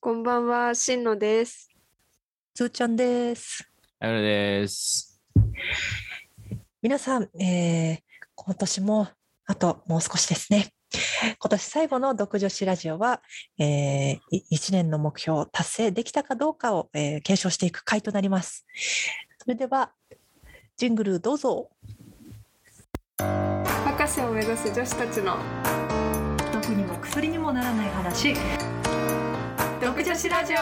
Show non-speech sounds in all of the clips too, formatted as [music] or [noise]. こんばんは、しんのです。つーちゃんです。あれです。皆さん、えー今年もあともう少しですね。今年最後の独女子ラジオは、え1年の目標を達成できたかどうかを、えー検証していく回となります。それでは、ジングルどうぞ。博士を目指す女子たちの毒にも薬にもならない話独女子ラジオ。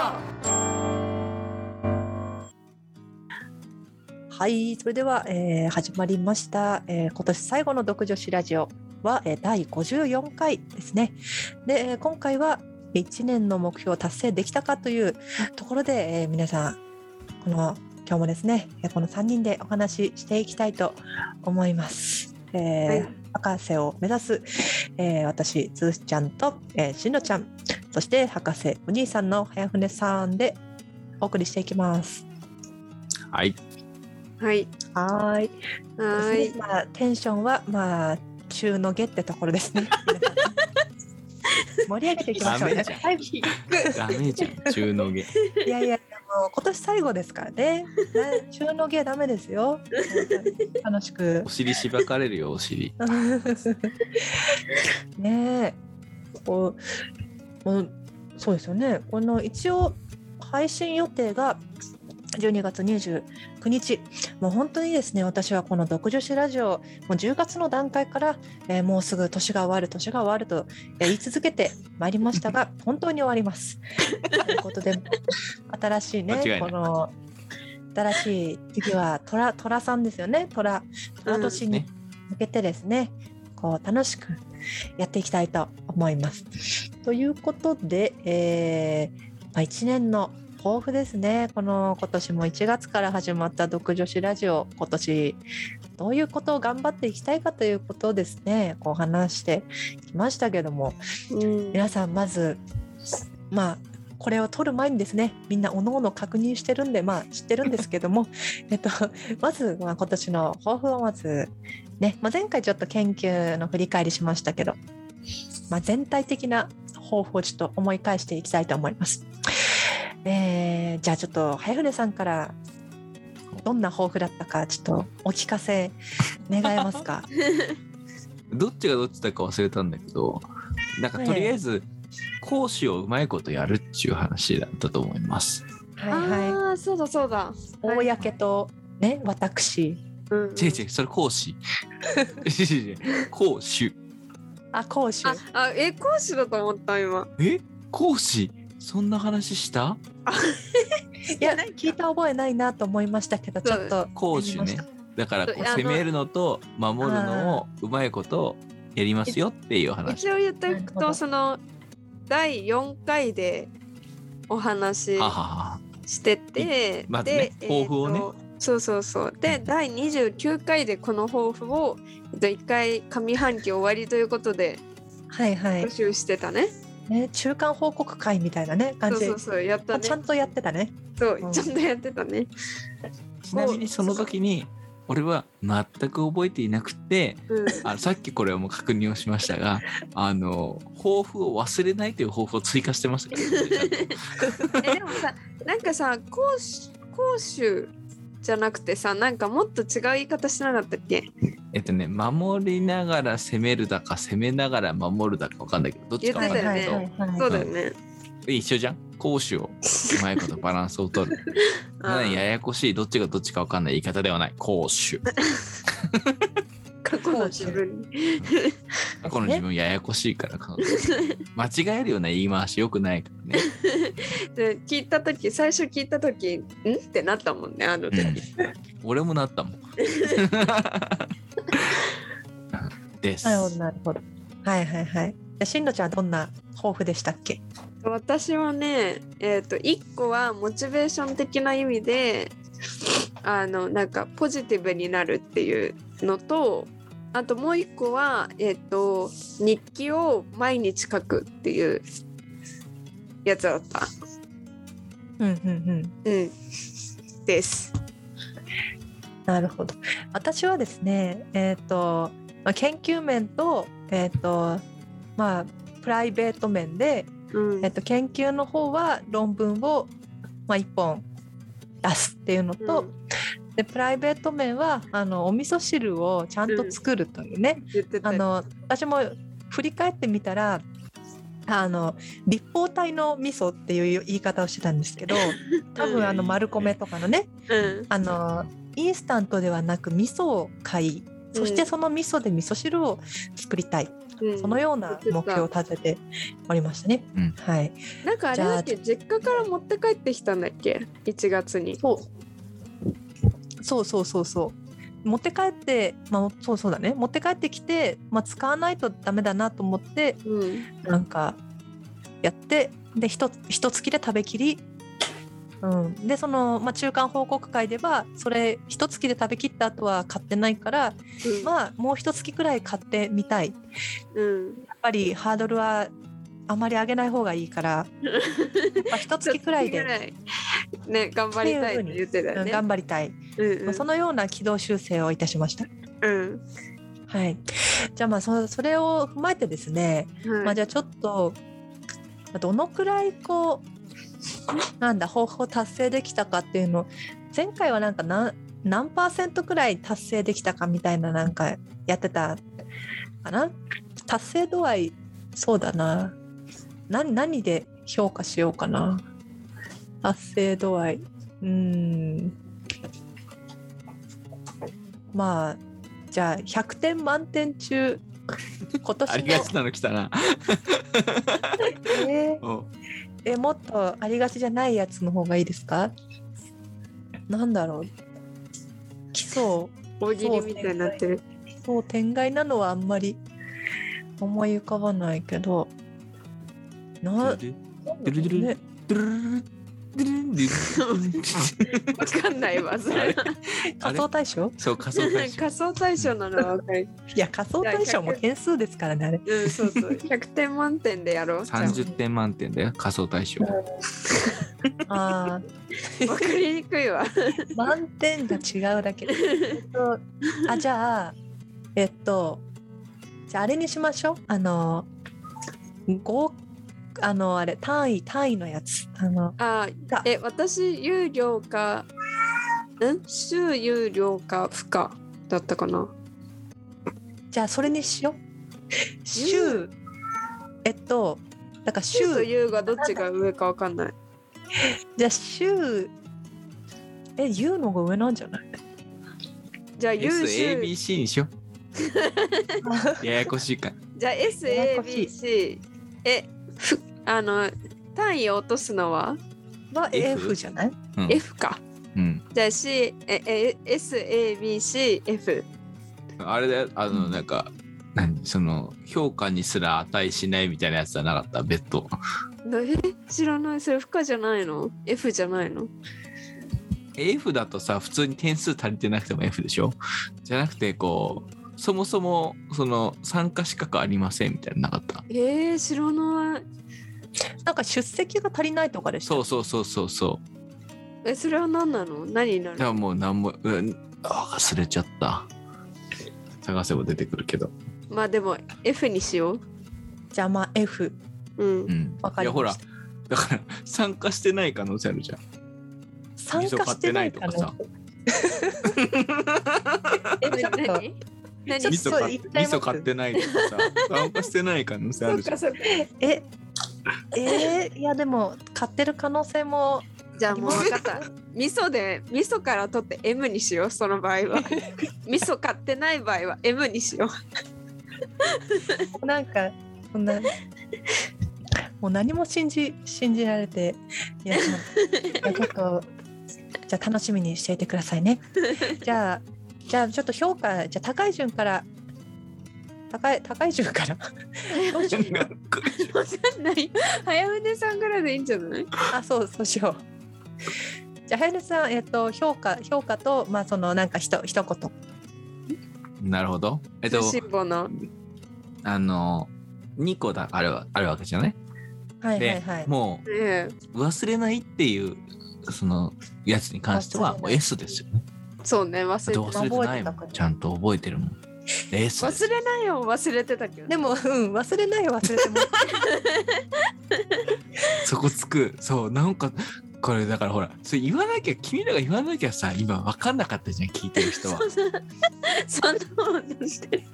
はい、それでは、えー始まりました、えー今年最後の独女子ラジオは、えー第54回ですね。で、えー今回は1年の目標を達成できたかというところで、えー皆さん、この今日もですね、えーこの3人でお話ししていきたいと思います。えーはい博士を目指す、えー私、つーちゃんと、えーしんのちゃん、そして博士お兄さんの早船さんでお送りしていきます。はい。はい。はーはい。そーうでいすね。まあ、テンションは、まあ、中の下ってところですね。 [laughs] 盛り上げていきましょうダメねじゃん。はいダメじゃん。中の下。いやいや、もう今年最後ですからね。な中の下ダメで [laughs] すよ。楽しくお。尻しばかれるよ、お尻。 [laughs] ねえ。こう、もう、そうですよね。この一応配信予定が。12月29日もう本当にですね私はこの「独女子ラジオ」もう10月の段階から、えーもうすぐ年が終わる年が終わるとえー言い続けてまいりました [laughs] が本当に終わります。ということで新しい間違ねいなこいの新しい次は虎虎さんですよね虎虎年にね向けてですね、こう楽しくやっていきたいと思います。ということで、えーまあ、1年の抱負ですねこの今年も1月から始まった「独女子ラジオ」今年どういうことを頑張っていきたいかということをですねこう話してきましたけどもうん皆さんまずまあこれを取る前にですねみんなおのおの確認してるんでまあ知ってるんですけども [laughs] えっとまず、まあ、今年の抱負をまずね、まあ、前回ちょっと研究の振り返りしましたけど、まあ、全体的な抱負をちょっと思い返していきたいと思います。えーじゃあちょっと早船さんからどんな抱負だったかちょっとお聞かせ願えます [laughs] かどっちがどっちだか忘れたんだけど、なんかええとりあえず、講師をうまいことやるっていう話だったと思います。はいはいああ、そうだそうだ。公とね私うん違う違う、それ講師。違う違う違う講師。あ講師あ、あ、え、講師だと思った今。え講師そんな話したいや聞いた覚えないなと思いましたけどちそうょっと講師ね。だからこう攻めるのと守るのをうまいことやりますよっていう話。一応言っておなくるほどと、その第四回でお話しははは。してて、まずねで抱負をねえーとそうそうそうで第29回でこの抱負を、えっと、1回上半期終わりということではいは募い、集してたね。ね、中間報告会みたいなね感そうじそうそうやったまあねちゃ。んとやってたねそううんちゃんとやってたね。ちなみにその時に俺は全く覚えていなくてうん、あさっきこれも確認をしまし [laughs] たがあの抱負を忘れないという抱負を追加してました [laughs] からねえでもさなんかさ講師講習じゃなくてさなんかもっと違う言い方しなかったっけえっとね守りながら攻めるだか攻めながら守るだか分かんないけどどっちか分かんないけ言っどてはいそうだよね。一緒じゃん攻守をうまいことバランスを取 [laughs] るあーややこしいどっちがどっちか分かんない言い方ではない攻 [laughs] 守過去の自分に。過去の自分ややこしいから彼 [laughs] 女間違えるような言い回しよくないからねで聞いた時最初聞いた時んってなったもんねあの時。俺もなったもん。 [laughs] です。なるほどなるほどはいはいはいでしんのちゃんはどんな抱負でしたっけ私はね、えー、と1個はモチベーション的な意味であのなんかポジティブになるっていうのとあともう1個は、えー、と日記を毎日書くっていうやつだった。うんうんうんうん、です。なるほど私はですねえっ、と、まあ、研究面とえっ、とまあプライベート面でうんえっと、研究の方は論文を、まあ、1本出すっていうのと、うんでプライベート面はあのお味噌汁をちゃんと作るというね、言ってたあの私も振り返ってみたらあの立方体の味噌っていう言い方をしてたんですけ [laughs] ど多分あの丸米とかのねうんあのインスタントではなく味噌を買いそしてその味噌で味噌汁を作りたい、うんそのような目標を立てておりましたね。うんはい、なんかあれだっけ実家から持って帰ってきたんだっけ1月にそうそうそうそうそう持って帰って、まあ、そうそうだね持って帰ってきて、まあ、使わないとダメだなと思ってうんなんかやってでひとひと月で食べきり、うん、でその、まあ、中間報告会ではそれひと月で食べきった後は買ってないから、まあ、もうひと月くらい買ってみたいやうんっぱりハードルはあまり上げない方がいいからやっぱひと月くらいで一月ぐらいね頑張りたいって言ってたうよんね頑張りたい、うんまあそのような軌道修正をいたしました。うんはい、じゃあまあそそれを踏まえてですね、はいまあ、じゃあちょっとまあどのくらいこうなんだ方法達成できたかっていうのを前回はなんか何何パーセントくらい達成できたかみたいななんかやってたかな達成度合いそうだな何何で評価しようかな達成度合いうーんまあじゃあ100点満点中今年のありがちなの来たな。えーおえもっとありがちじゃないやつの方がいいですかなんだろう基礎大喜利みたいになってるそう天外なのはあんまり思い浮かばないけどなドゥなんだルドゥルドゥルろうねドゥルドゥルドゥルドゥルドゥルドゥルドゥルわかんないわそあれれ仮想対象そう仮想大賞仮想対象なのはわかるいや仮想対象も点数ですからねあれうんそうそう100点満点でやろうじゃあ30点満点だよ仮想大賞あーわかりにくいわ満点が違うだけ、えっと、あじゃあえっとじゃああれにしましょうあの合あのあれ単位単位のやつあのあだえ私有料かん週有料か不可だったかなじゃあそれにしよう。週、えっと、だから週週、と有がどっちが上かわかんないじゃあ週、え、U の方が上なんじゃない [laughs] じゃあ有週 SABC にしようややこしいからじゃあややこしい SABC えふあの単位を落とすのはは F F じゃない F かうんうんじゃあ C ええ SABCF あれだよあのなんか何その評価にすら値しないみたいなやつじゃなかった別途なえ知らないそれ不可じゃないの F じゃないの F だとさ普通に点数足りてなくても F でしょじゃなくてこうそもそもその参加資格ありませんみたいなのなかったえー、知らないなんか出席が足りないとかでしょそうそうそうそうそえそれは何なの何になうるでももう何も、うん、あ忘れちゃった探せば出てくるけどまあでも F にしようじゃあまあ F。うんうんわかいりやほまらした。だから参加してない可能性あるじゃん参加してないか味噌買なっ。えち何何ょっとちょっ味とそ噌う買言っっちゃいま味す噌買ってないとかさ参加してない可能性ある [laughs] じゃんそっかえ、えー、いやでも買ってる可能性もじゃあもう分かった味噌で味噌から取って M にしようその場合 [laughs] は味噌買ってない場合は M に [laughs] しよなんかそんな。もう何も信じ信じられていやまあちょっ [laughs] とじゃあ楽しみにしていてくださいね。じゃあじゃあちょっと評価じゃあ高い順から高い高い順から [laughs] どうしようう分かんない早船さんからでいいんじゃないあそうそうしよう。じゃあ早根さんえっ、と評価評価とまあそのなんかひと一言なるほどえっと通信簿のあの2個だあるわあるわけじゃないはいはで、いはい。もええう忘れないっていうそのやつに関しては忘れもうない S ですよね。そうね忘でれ忘れてないも覚えてたかんらちゃんと覚えてるもん。です。忘れないよ忘れてたけどでもうん忘れないよ忘れ [laughs] てもそこつく。そう、なんか、これだからほら、それ言わなきゃ、君らが言わなきゃさ、今分かんなかったじゃん、聞いてる人は。そんなもんなんて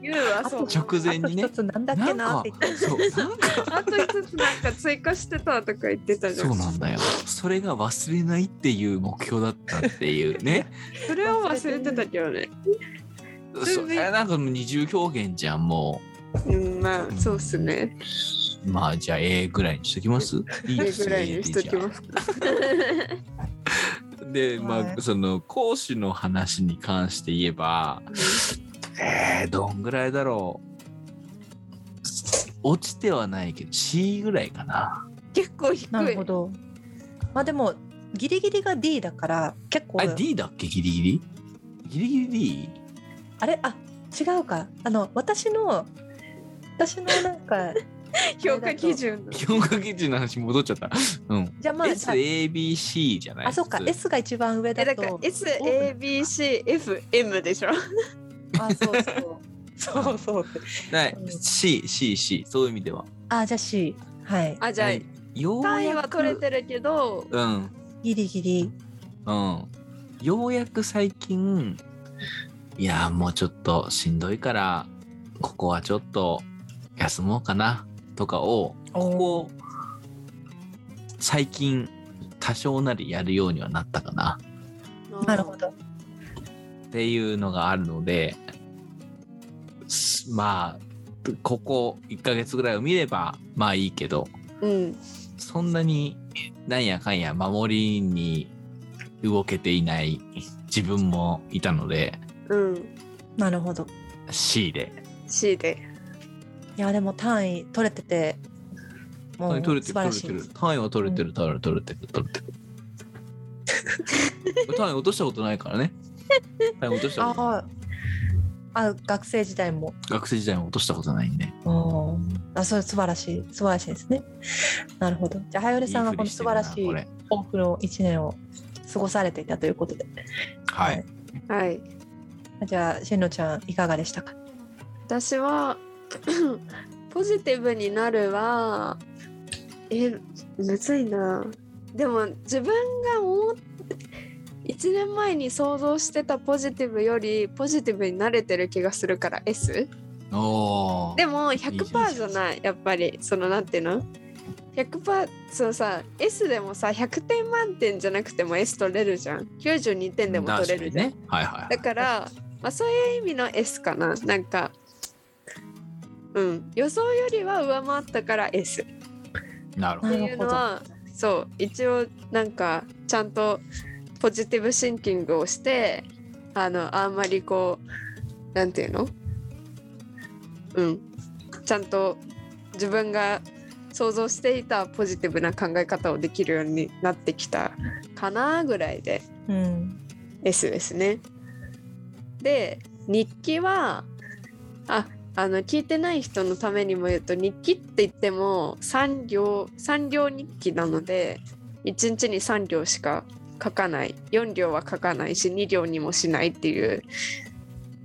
言うわそう直前にねあと一つなんだっなけんなっかて言って、そう、なんか。 [laughs] あと一つなんか追加してたとか言ってたじゃんそうなんだよ。それが忘れないっていう目標だったっていうね。それを忘れてたけどねそうなんかもう二重表現じゃん、もうんまあそうっすねう。まあ、じゃあ A ぐらいにしときますそいいでれすぐねらいにしときますかで、まはあ、いその講師の話に関して言えば、えー、どんぐらいだろう。落ちてはないけど、C ぐらいかな。結構低いなるほどまあでもギリギリが D だから結構あ、D だっけ、ギリギリギリギリ D? あれあ違うかあの私の私のなんか評価基準の基本書き順の話戻っちゃった。うん。じゃあまあ [laughs] S、A、B、C じゃないあそうか普通 S が一番上えだだとから SABCFM でしょあそうそうそうそうってない、C、C、C、そういう意味では。あじゃあ C はいあじゃあはいよう単位やはく、取れてるけどうん、ギリギリうん。ようやく最近、いや、もうちょっとしんどいから、ここはちょっと休もうかな、とかを、ここ、最近、多少なりやるようにはなったかな、なるほどっていうのがあるので、すまあ、ここ1ヶ月ぐらいを見れば、まあいいけど、うんそんなになんやかんや守りに動けていない自分もいたのでうんなるほど C で C でいやでも単位取れてても単う位取れ素晴てらる取れしている単位は取れてる単位は取れてる取れてる [laughs] 単位落としたことないからね単位落としたことあああ学生時代も学生時代も落としたことないんであそれ素晴らしい素晴らしいですねなるほどじゃあはよりさんはこの素晴らしいいいふりしてる抱負の1年を過ごされていたということでなこれはいはいじゃあしんのちゃんいかがでしたか私は [coughs] ポジティブになるはえむずいなでも自分が思っ1年前に想像してたポジティブよりポジティブになれてる気がするから S おーでもいい100%じじゃゃんないやっぱりそのなんていうの100%そうさ S でもさ100点満点じゃなくても S 取れるじゃん92点でも取れるじゃん確かにねはいはいはいだから、まあ、そういう意味の S かななんかうん予想よりは上回ったから S っなるほてどいうのはそう一応なんかちゃんとポジティブシンキングをしてあのあんまりこうなんていうのうんちゃんと自分が想像していたポジティブな考え方をできるようになってきたかなぐらいでうん S ですね。で日記はああの聞いてない人のためにも言うと日記って言っても3行3行日記なので1日に3行しか書かない4行は書かないし2行にもしないっていう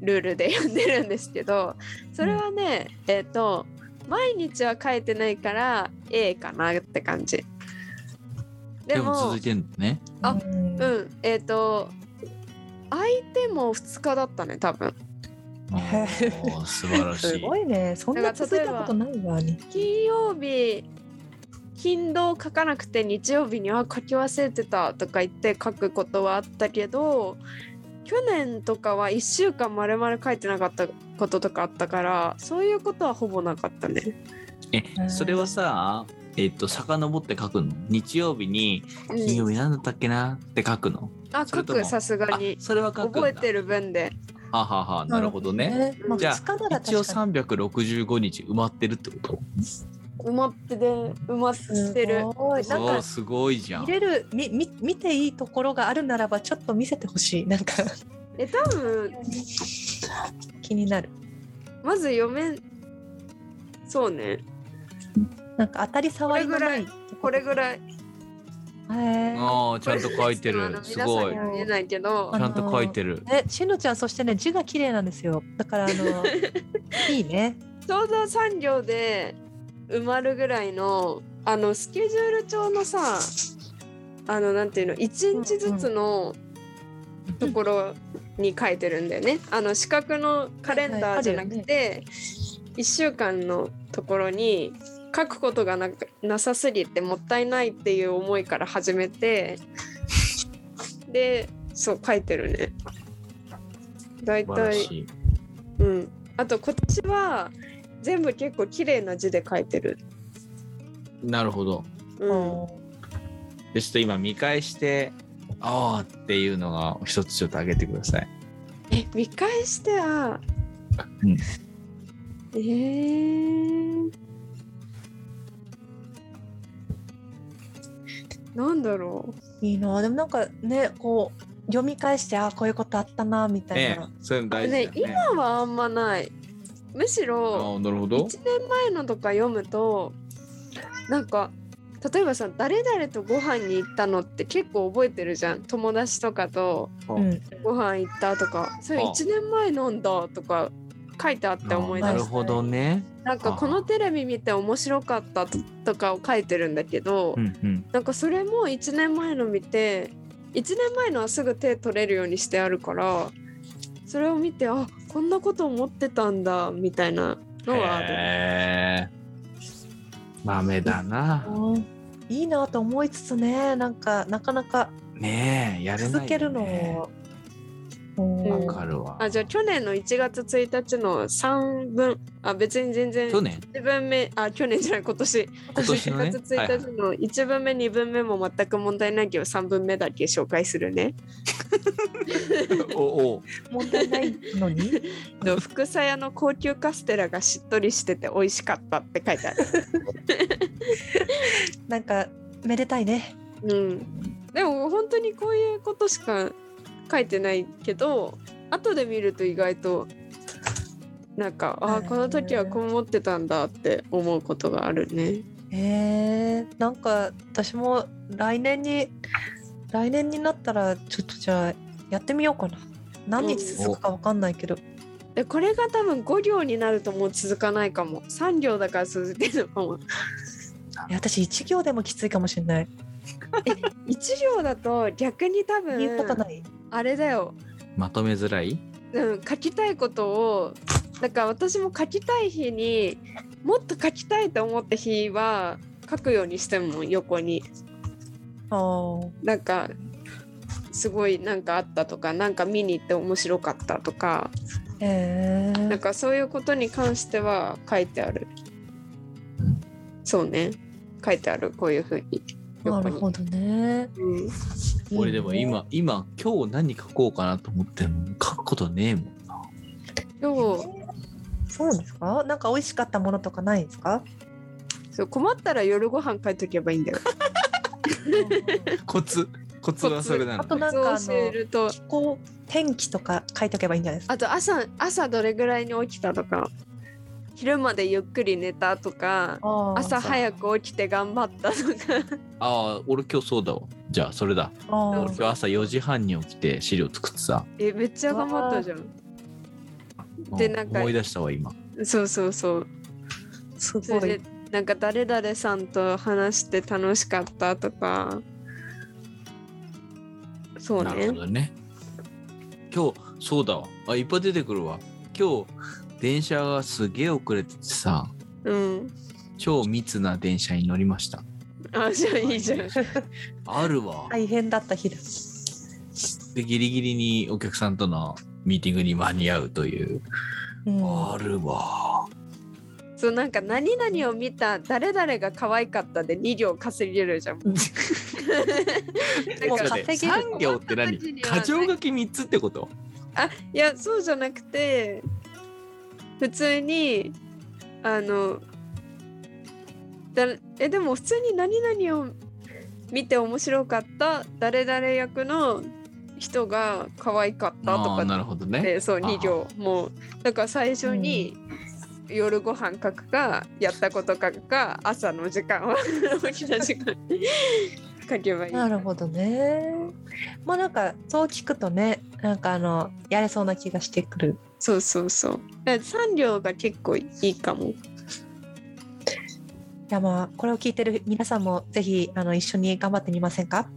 ルールで読んでるんですけどそれはね、えっ、と毎日は書いてないから A かなって感じ。でも続いてんのねあうんうん、えっ、と相手も2日だったね多分おー素晴らしすいごいねそんな続いたことないわに金曜日頻度を書かなくて日曜日には書き忘れてたとか言って書くことはあったけど去年とかは1週間まるまる書いてなかったこととかあったからそういうことはほぼなかったね。えそれはさえっと遡って書くの日曜日に金曜日なんだったっけなって書くのあそれ書ともくさすがあにそれは書くんだ覚えてる分ではあはあはあなるほどねまあ、じゃあ2日なら一応確かに365日埋まってるってこと埋まってで埋まってるす。ごいなそんうかすごいじゃん見れるみみ見ていいところがあるならばちょっと見せてほしいなんかえ多分気になるまず読めんそうねなんか当たり障りのないこれぐらいへーああちゃんと書いて [laughs] あのるす皆さんごいにちは見えないけどあゃんと書いてるね、しのちゃんそしてね字が綺麗なんですよだからあ [laughs] のいいねちょうど3行で埋まるぐらいのあのスケジュール帳のさあのなんていうの1日ずつのところに書いてるんだよね。あの四角のカレンダーじゃなくて1週間のところに書くことがなくなさすぎてもったいないっていう思いから始めてでそう書いてるね。だい素晴たらいしいうん、あとこっちは全部結構綺麗な字で書いてる。なるほどうん、でちょっと今見返してああっていうのが一つちょっと上げてくださいえ見返しては、うんえー、なんだろいいなでもなんかねこう読み返してあーこういうことあったなみたいねな、そういうのう大事だねよね今はあんまないむしろああなるほど1年前のとか読むとなんか例えばさ誰々とご飯に行ったのって結構覚えてるじゃん友達とかとうんご飯行ったとかそれあ1年前飲んだとか書いてあって思い出なしるたほどねなんかこのテレビ見て面白かったととかを書いてるんだけど、うんうんなんかそれも1年前の見て1年前のはすぐ手取れるようにしてあるからそれを見てあこんなこと思ってたんだみたいなのはある。へえ豆だなうんいいなと思いつつねなんかなかなかねえやれないよね続けるのも、うんうんわかるわあじゃあ去年の1月1日の3分あ別に全然去年1分目あ去年じゃない今年今年のね1月1日の1分目2分目も全く問題ないけど3分目だけ紹介する [laughs] ね。おお問題ないのに [laughs] と福さやの高級カステラがしっとりしてて美味しかったって書いてある。なんかめでたいねうん、でも本当にこういうことしか書いてないけど後で見ると意外となんかああこの時はこう思ってたんだって思うことがあるね。えー、なんか私も来年に来年になったらちょっとじゃあやってみようかな何日続くかわかんないけど、でこれが多分5行になるともう続かないかも3行だから続けるのかもいや私一行でもきついかもしれない1行だと逆に多言うこと分ない、あれだよ、まとめづらいうん、書きたいことをだから私も書きたい日にもっと書きたいと思った日は書くようにしても横にあーなんかすごいなんかあったとかなんか見に行って面白かったとかえーなんかそういうことに関しては書いてあるそうね書いてあるこういうふうにな横るに、ほどね。うん、いいね俺でも今今今日何書こうかなと思っても書くことねえもんな今日そうですか？なんか美味しかったものとかないです [laughs] か？そう困ったら夜ご飯書いとけばいいんだよコツコツはそれなあとのなんかあそう教えのると気候天気とか書いとけばいいんじゃないですか？あと朝朝どれぐらいに起きたとか昼までゆっくり寝たとかあー朝早く起きて頑張ったとかああ俺今日そうだわじゃあそれだあー俺今日朝4時半に起きて資料作ってさ [laughs] えめっちゃ頑張ったじゃんでうんなんか思い出したわ今そうそうそうすそれごいで。なんか誰々さんと話して楽しかったとかそうなるねほどね今日そうだわあいっぱい出てくるわ今日電車がすげえ遅れててさうん超密な電車に乗りましたあじゃあいいじゃんあるわ、大変だった日だ。でギリギリにお客さんとのミーティングに間に合うという、うんあるわそうなんか何々を見た誰々が可愛かったで2行稼げるじゃ [laughs] んもうなんか稼げる産業って何困った時には過剰書き3つってこといやそうじゃなくて普通にあのだえでも普通に何々を見て面白かった誰々役の人が可愛かったとあかあっなるほどねてそうあー2行もうだから最初に、夜ご飯 [laughs] 書くかやったこと書くか朝の時間は起きた時間に書けばいい。なるほどね。まあなんかそう聞くとね、なんかあのやれそうな気がしてくる。そうそうそう。だから三両が結構いいかも。いやまあこれを聞いてる皆さんもぜひあの一緒に頑張ってみませんか。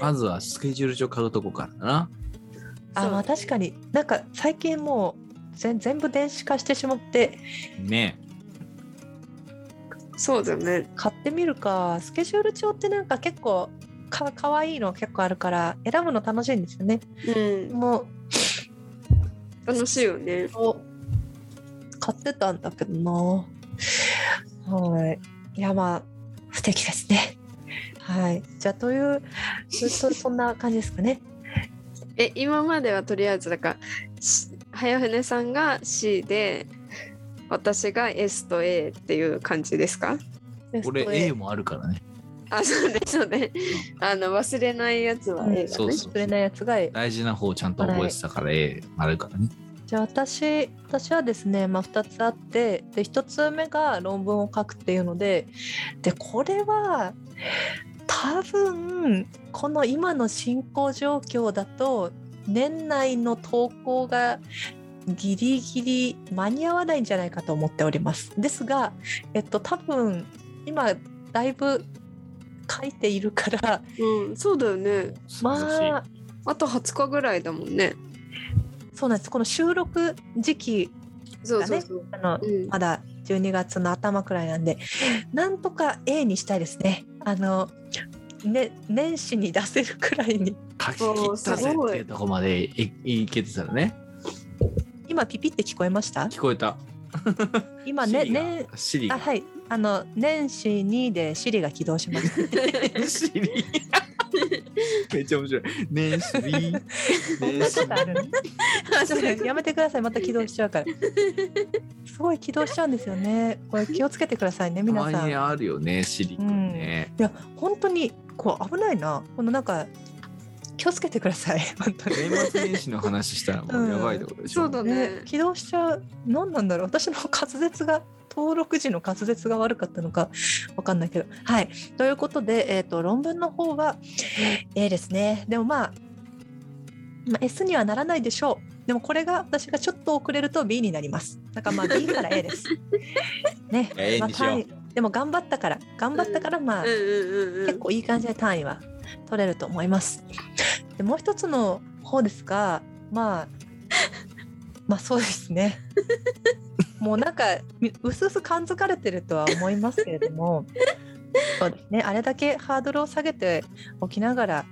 まずはスケジュール帳買うとこからだな。あそうまあ確かになんか最近もう全全部電子化してしまってねそうだね。買ってみるか。スケジュール帳ってなんか結構か可愛いの結構あるから選ぶの楽しいんですよね。うん。もう楽しいよね。買ってたんだけどな。はい。いやまあ素敵ですね。はい。じゃあというずっとそ [laughs] んな感じですかね。え、今まではとりあえずだから、し早船さんが C で、私が S と A っていう感じですかえ。俺 A もあるからね。あ、そうね、そうね。あの、忘れないやつは A だね。うんそうそうくれないやつが大事な方ちゃんと覚えてたから A あるからね。じゃあ私私はですね、まあ、2つあってで1つ目が論文を書くっていうのででこれは多分この今の進行状況だと年内の投稿がギリギリ間に合わないんじゃないかと思っております。ですが、えっと、多分今だいぶ書いているからうん、そうだよね。素晴らしいまああと20日ぐらいだもんね。そうなんですこの収録時期そうそうそう。あのうん、 [laughs] まだ12月の頭くらいなんで、なんとか A にしたいですね。あの、ね、年始に出せるくらいに。書き切ったぜっていうとこまでいいいけてたらね。今ピピって聞こえました聞こえた。今ね、シリがね、シリあ、が。はい。あの、年始にでシリが起動しま [laughs] した。 [laughs] シリ。めっちゃ面白い。ねシリ。ねシ [laughs] あるねあそういうことやめてください。また起動しちゃうから。すごい起動しちゃうんですよね。これ気をつけてくださいね、リ。た皆まさん。にいあるよね、シリくんね。や、本当に、こう、危ないな。このなんか、気をつけてください。本当に。年末年始の話したらもうやばいところでしょ。そうだねね、。起動しちゃう何なんだろう [laughs] 私の滑舌が登録時の滑舌が悪かったのかわかんないけどはいということで、えー、と論文の方は A ですねでもまあ、まあ、S にはならないでしょうでもこれが私がちょっと遅れると B になりますだからまあ B から A ですね永遠まあにしよ単位でも頑張ったから頑張ったからまあ、うんうんうんうん。結構いい感じで単位は取れると思います。でもう一つの方ですが、まあ、 [laughs] まあそうですね。もうなんかみうすうす感づかれてるとは思いますけれども、そうですね。あれだけハードルを下げておきながら、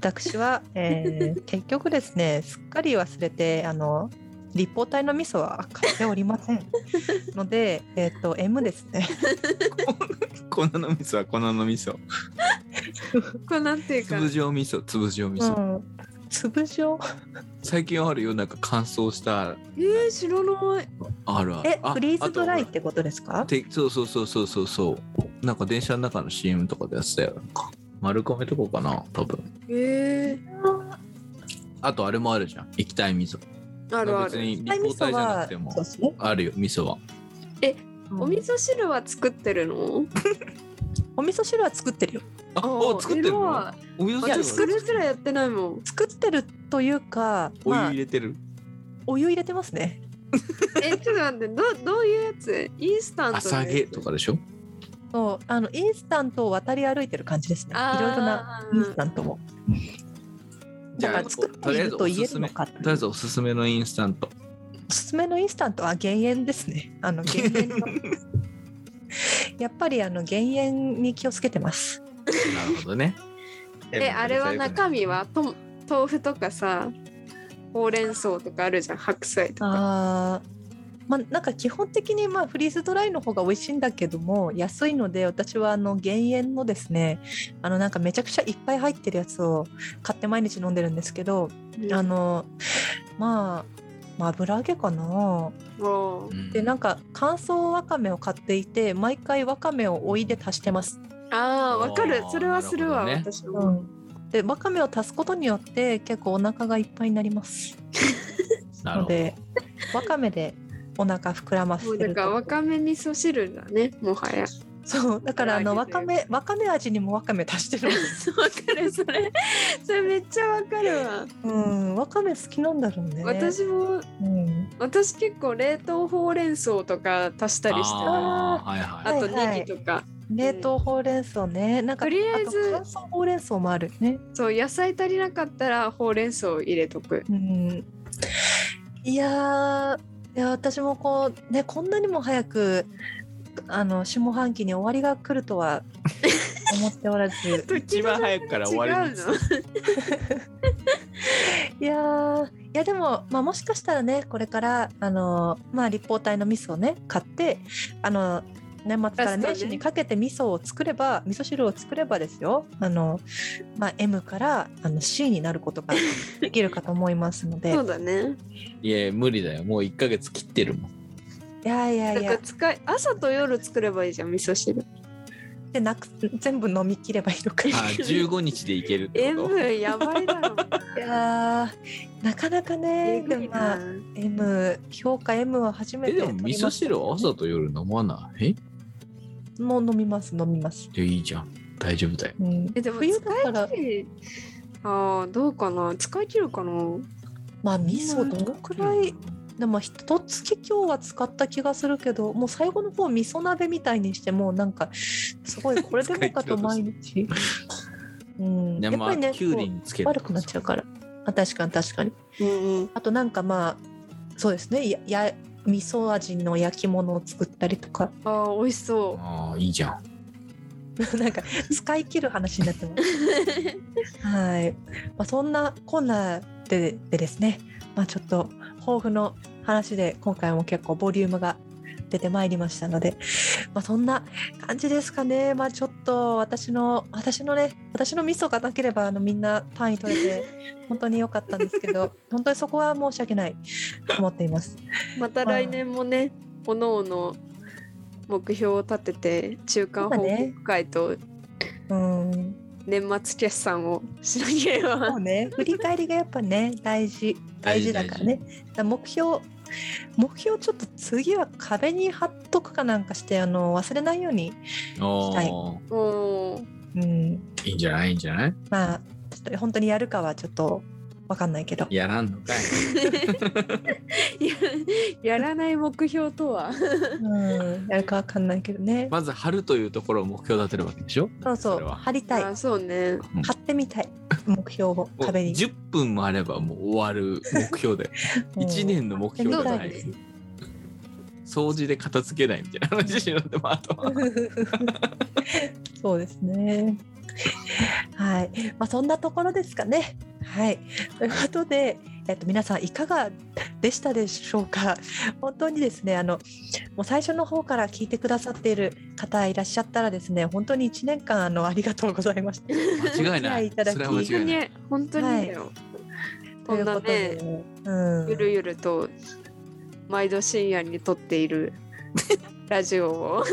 私は、えー結局ですね、すっかり忘れてあの立方体の味噌は買っておりませんので、えっ、と M ですね。粉の味噌は粉の味噌。これなんていうか。粒状味噌、粒状 [laughs] 味噌。うん粒状最近あるよ、なんか乾燥したえー、知らない。あるある。えあフリーズドライあっとてことですかてそうそうそうそうそうそうなんか電車の中の CM とかでやってたよなんか丸亀とかかな多分えー、あとあれもあるじゃん液体味噌あるあ別る。に立方体じゃなくてもそうですねあるよ味噌はお味噌汁は作ってるの？お味噌汁は作ってるよあお作ってるの偉いお味噌私そ汁れすらやってないもん。作ってるというかお湯まあ入れてる、お湯入れてますねえ、ちょっと待って、どどういうやつ？インスタントのやつ。朝げとかでしょそうあのインスタントを渡り歩いてる感じですねあーいろいろなインスタントもじだかゃあら作っているととりあえ言えずおすするのめとかとりあえずおすすめのインスタントおすすめのインスタントは減塩ですねあの減 [laughs] 塩のやっぱりあの減塩に気をつけてますなるほ [laughs] どねえ、あれは中身はと豆腐とかさ、ほうれん草とかあるじゃん、白菜とか。あーまあ、なんか基本的にまあフリーズドライの方が美味しいんだけども安いので私はあの減塩のですねあのなんかめちゃくちゃいっぱい入ってるやつを買って毎日飲んでるんですけど、うんあのまあ、まあ、油揚げかなもううんでなんか乾燥わかめを買っていて毎回わかめをおいで足してます、ああ、わかるあ。ーそれはするわ、なるほど私も。でわかめを足すことによって結構お腹がいっぱいになりますなるのほどでわかめでお腹膨らませもうてだる [laughs] からわかめ味噌汁だね、もはや。そうだからあの唐わ揚げでかめわかめ味にもわかめ足し [laughs] てるんでそすうわかるそれ [laughs] それめっちゃわかるわ、うんわかめ好きなんだろうね私もうん私結構冷凍ほうれん草とか足したりしてるああーはいはい。とはいはいネギとか、冷凍ほうれん草ねなんかとりあえずと乾燥ほうれん草もあるねそう野菜足りなかったらほうれん草を入れとくうんいやーいや私もこうねこんなにも早くあの下半期に終わりが来るとは思っておらず一番早くから違終わりうにのいやーいやでも、まあ、もしかしたらねこれからあのー、まあ、立方体の味噌をね買ってあの年末から確か年に始にかけて味噌を作れば味噌汁を作ればですよあの、まあ、M からあの C になることができるかと思いますのでそうだ [laughs] ねいや無理だよもう1ヶ月切ってるもん。いやいだやいからや使い朝と夜作ればいいじゃん味噌汁でなく全部飲み切ればいいのかあ15日 [laughs] でいけるってこと M やばいだろいやーなかなかねえでぐいもなまあ M 評価 M は初めえてでも味噌汁は朝と夜飲まないもう飲みます飲みます、えいいじゃん大丈夫だよ。うん、えでも冬だから使い切るああどうかな使い切るかなまあ味噌どのくらいでも一月今日は使った気がするけどもう最後の方味噌鍋みたいにしてもうなんかすごいこれでもかと毎日、 [laughs] うん、でやっもぱりねきゅうりにつけこうる悪くなっちゃうからあ確かに確かにうんうんあとなんかまあそうですねやや味噌味の焼き物を作ったりとか [laughs] ああ美味しそああいいじゃん。なんか使い切る話になってますう [laughs] はい、まあ、そんなこんなででですね、まあ、ちょっと抱負の話で今回も結構ボリュームが出てまいりましたので、まあ、そんな感じですかね、まあ、ちょっと私の私のね私のミスがなければあのみんな単位取れて本当に良かったんですけど本当にそこは申し訳ないと思っています。また来年もねおのおの目標を立てて中間報告会とうん年末決算をしなければ、そうね、振り返りがやっぱね、大事、大事だからね。だから目標、目標ちょっと次は壁に貼っとくかなんかして、あの忘れないように。おはいーもううん、いいんじゃないいいんじゃないまあ、ちょっと本当にやるかはちょっとわかんないけど。やらんのかい。や [laughs] やらない目標とはうん、やるかわかんないけどね。まず春というところを目標立てるわけでしょそうそれう、は貼りたい。あそうねうん貼ってみたい。目標をもう壁に。 10分もあればもう終わる目標で [laughs] うん1年の目標じゃないそう掃除で片付けないみたいな話になってもあと [laughs] はそうですね。はい、まあ、そんなところですかね。はい、ということで、えっと、皆さんいかがでしたでしょうか。本当にですね、あの、もう最初の方から聞いてくださっている方いらっしゃったらですね、本当に1年間、あの、ありがとうござい [laughs] ました。間違いなお付き合いいいただきそれは間本当違いにない本当にだよ、こんなといねうことで、うん、ゆるゆると毎度深夜に撮ってい [laughs] るラジオを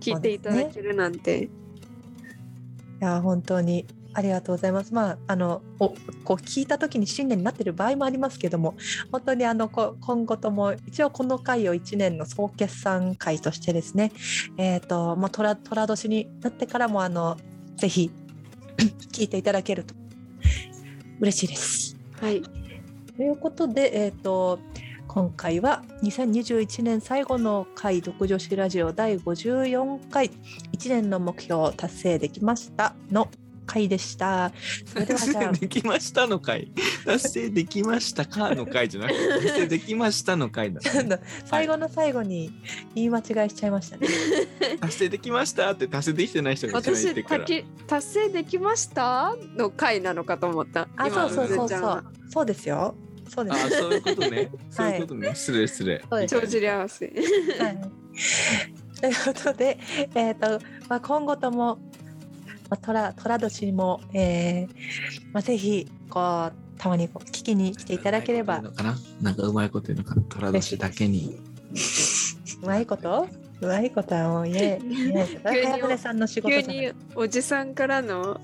聞いていただけるなんて、いや本当にありがとうございます。まああのおこう聞いた時に新年になってる場合もありますけども、本当にあのこ今後とも一応この回を1年の総決算会としてですね、えっ、とまあ虎虎年になってからもあのぜひ [clears throat] 聞いていただけると嬉しいです。はいということで、えー、と今回は2021年最後の回「独女子ラジオ」第54回「1年の目標を達成できました」の回でした。それではじ [laughs] ゃあできましたの回達成できましたかの回じゃなく [laughs] て達成できましたの回だちょっと最後の最後に言い間違いしちゃいましたね。達成できましたって達成できてない人が一番言っ私てるかたらき達成できましたの回なのかと思ったあ、今そうそうそうずーちそゃんはう。そうですよ。そうですあよあそういうこと [laughs] ねそういうことね、失礼失礼そうです帳尻合わせはい、 [laughs] ということで、えーとまあ、今後とも、まあ、トラトラ年も、えーまあ、ぜひこうたまにこう聞きに来ていただければうまいこと言うのかななんかうまいこと言うのかな虎年だけにうまいことうまいことはも [laughs] う言え言えそれは早船さんの仕事急じゃないにおじさんからの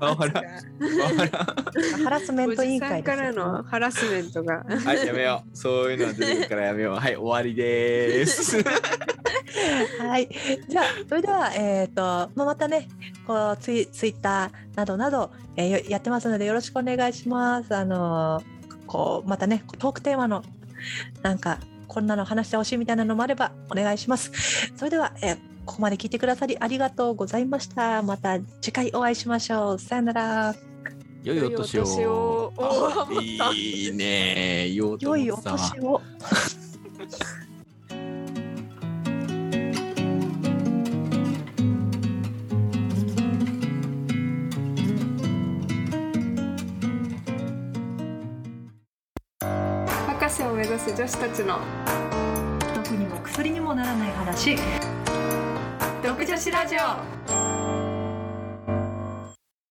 あほらあほらハラスメおント委じ員さ会んでかすらよのハラスメントがはい、やめよう。そういうのは出てくるからやめよう。はい、終わりでーす。 [laughs] はい、じゃあそれでは、えーとまあ、またねこうツイツイッターなどなど、えーよやってますのでよろしくお願いします。あのーこうまたねトークテーマのなんかこんなの話してほしいみたいなのもあればお願いします。それでは、えーここまで聞いてくださりありがとうございました。また次回お会いしましょう。さよなら。 [laughs] 良いお年良いお年をを。おー [laughs] あいいね。良良いお年を。博士を目指す女子たちの毒にも薬にもならない話独女子ラジオ